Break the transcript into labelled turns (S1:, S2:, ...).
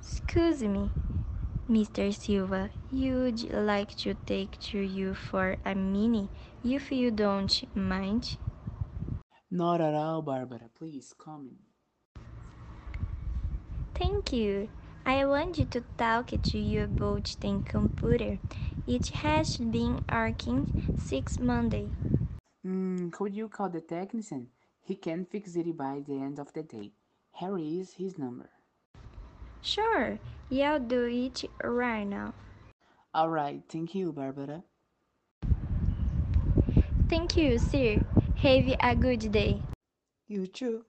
S1: Excuse me, Mr. Silva, you'd like to take to you for a mini, if you don't mind?
S2: Not at all, Barbara. Please come in.
S1: Thank you. I wanted to talk to you about the computer. It has been working since Monday.
S2: Hmm, could you call the technician? He can fix it by the end of the day. Here is his number.
S1: Sure, you'll do it right now.
S2: All right, thank you, Barbara.
S1: Thank you, sir. Have a good day.
S3: You too.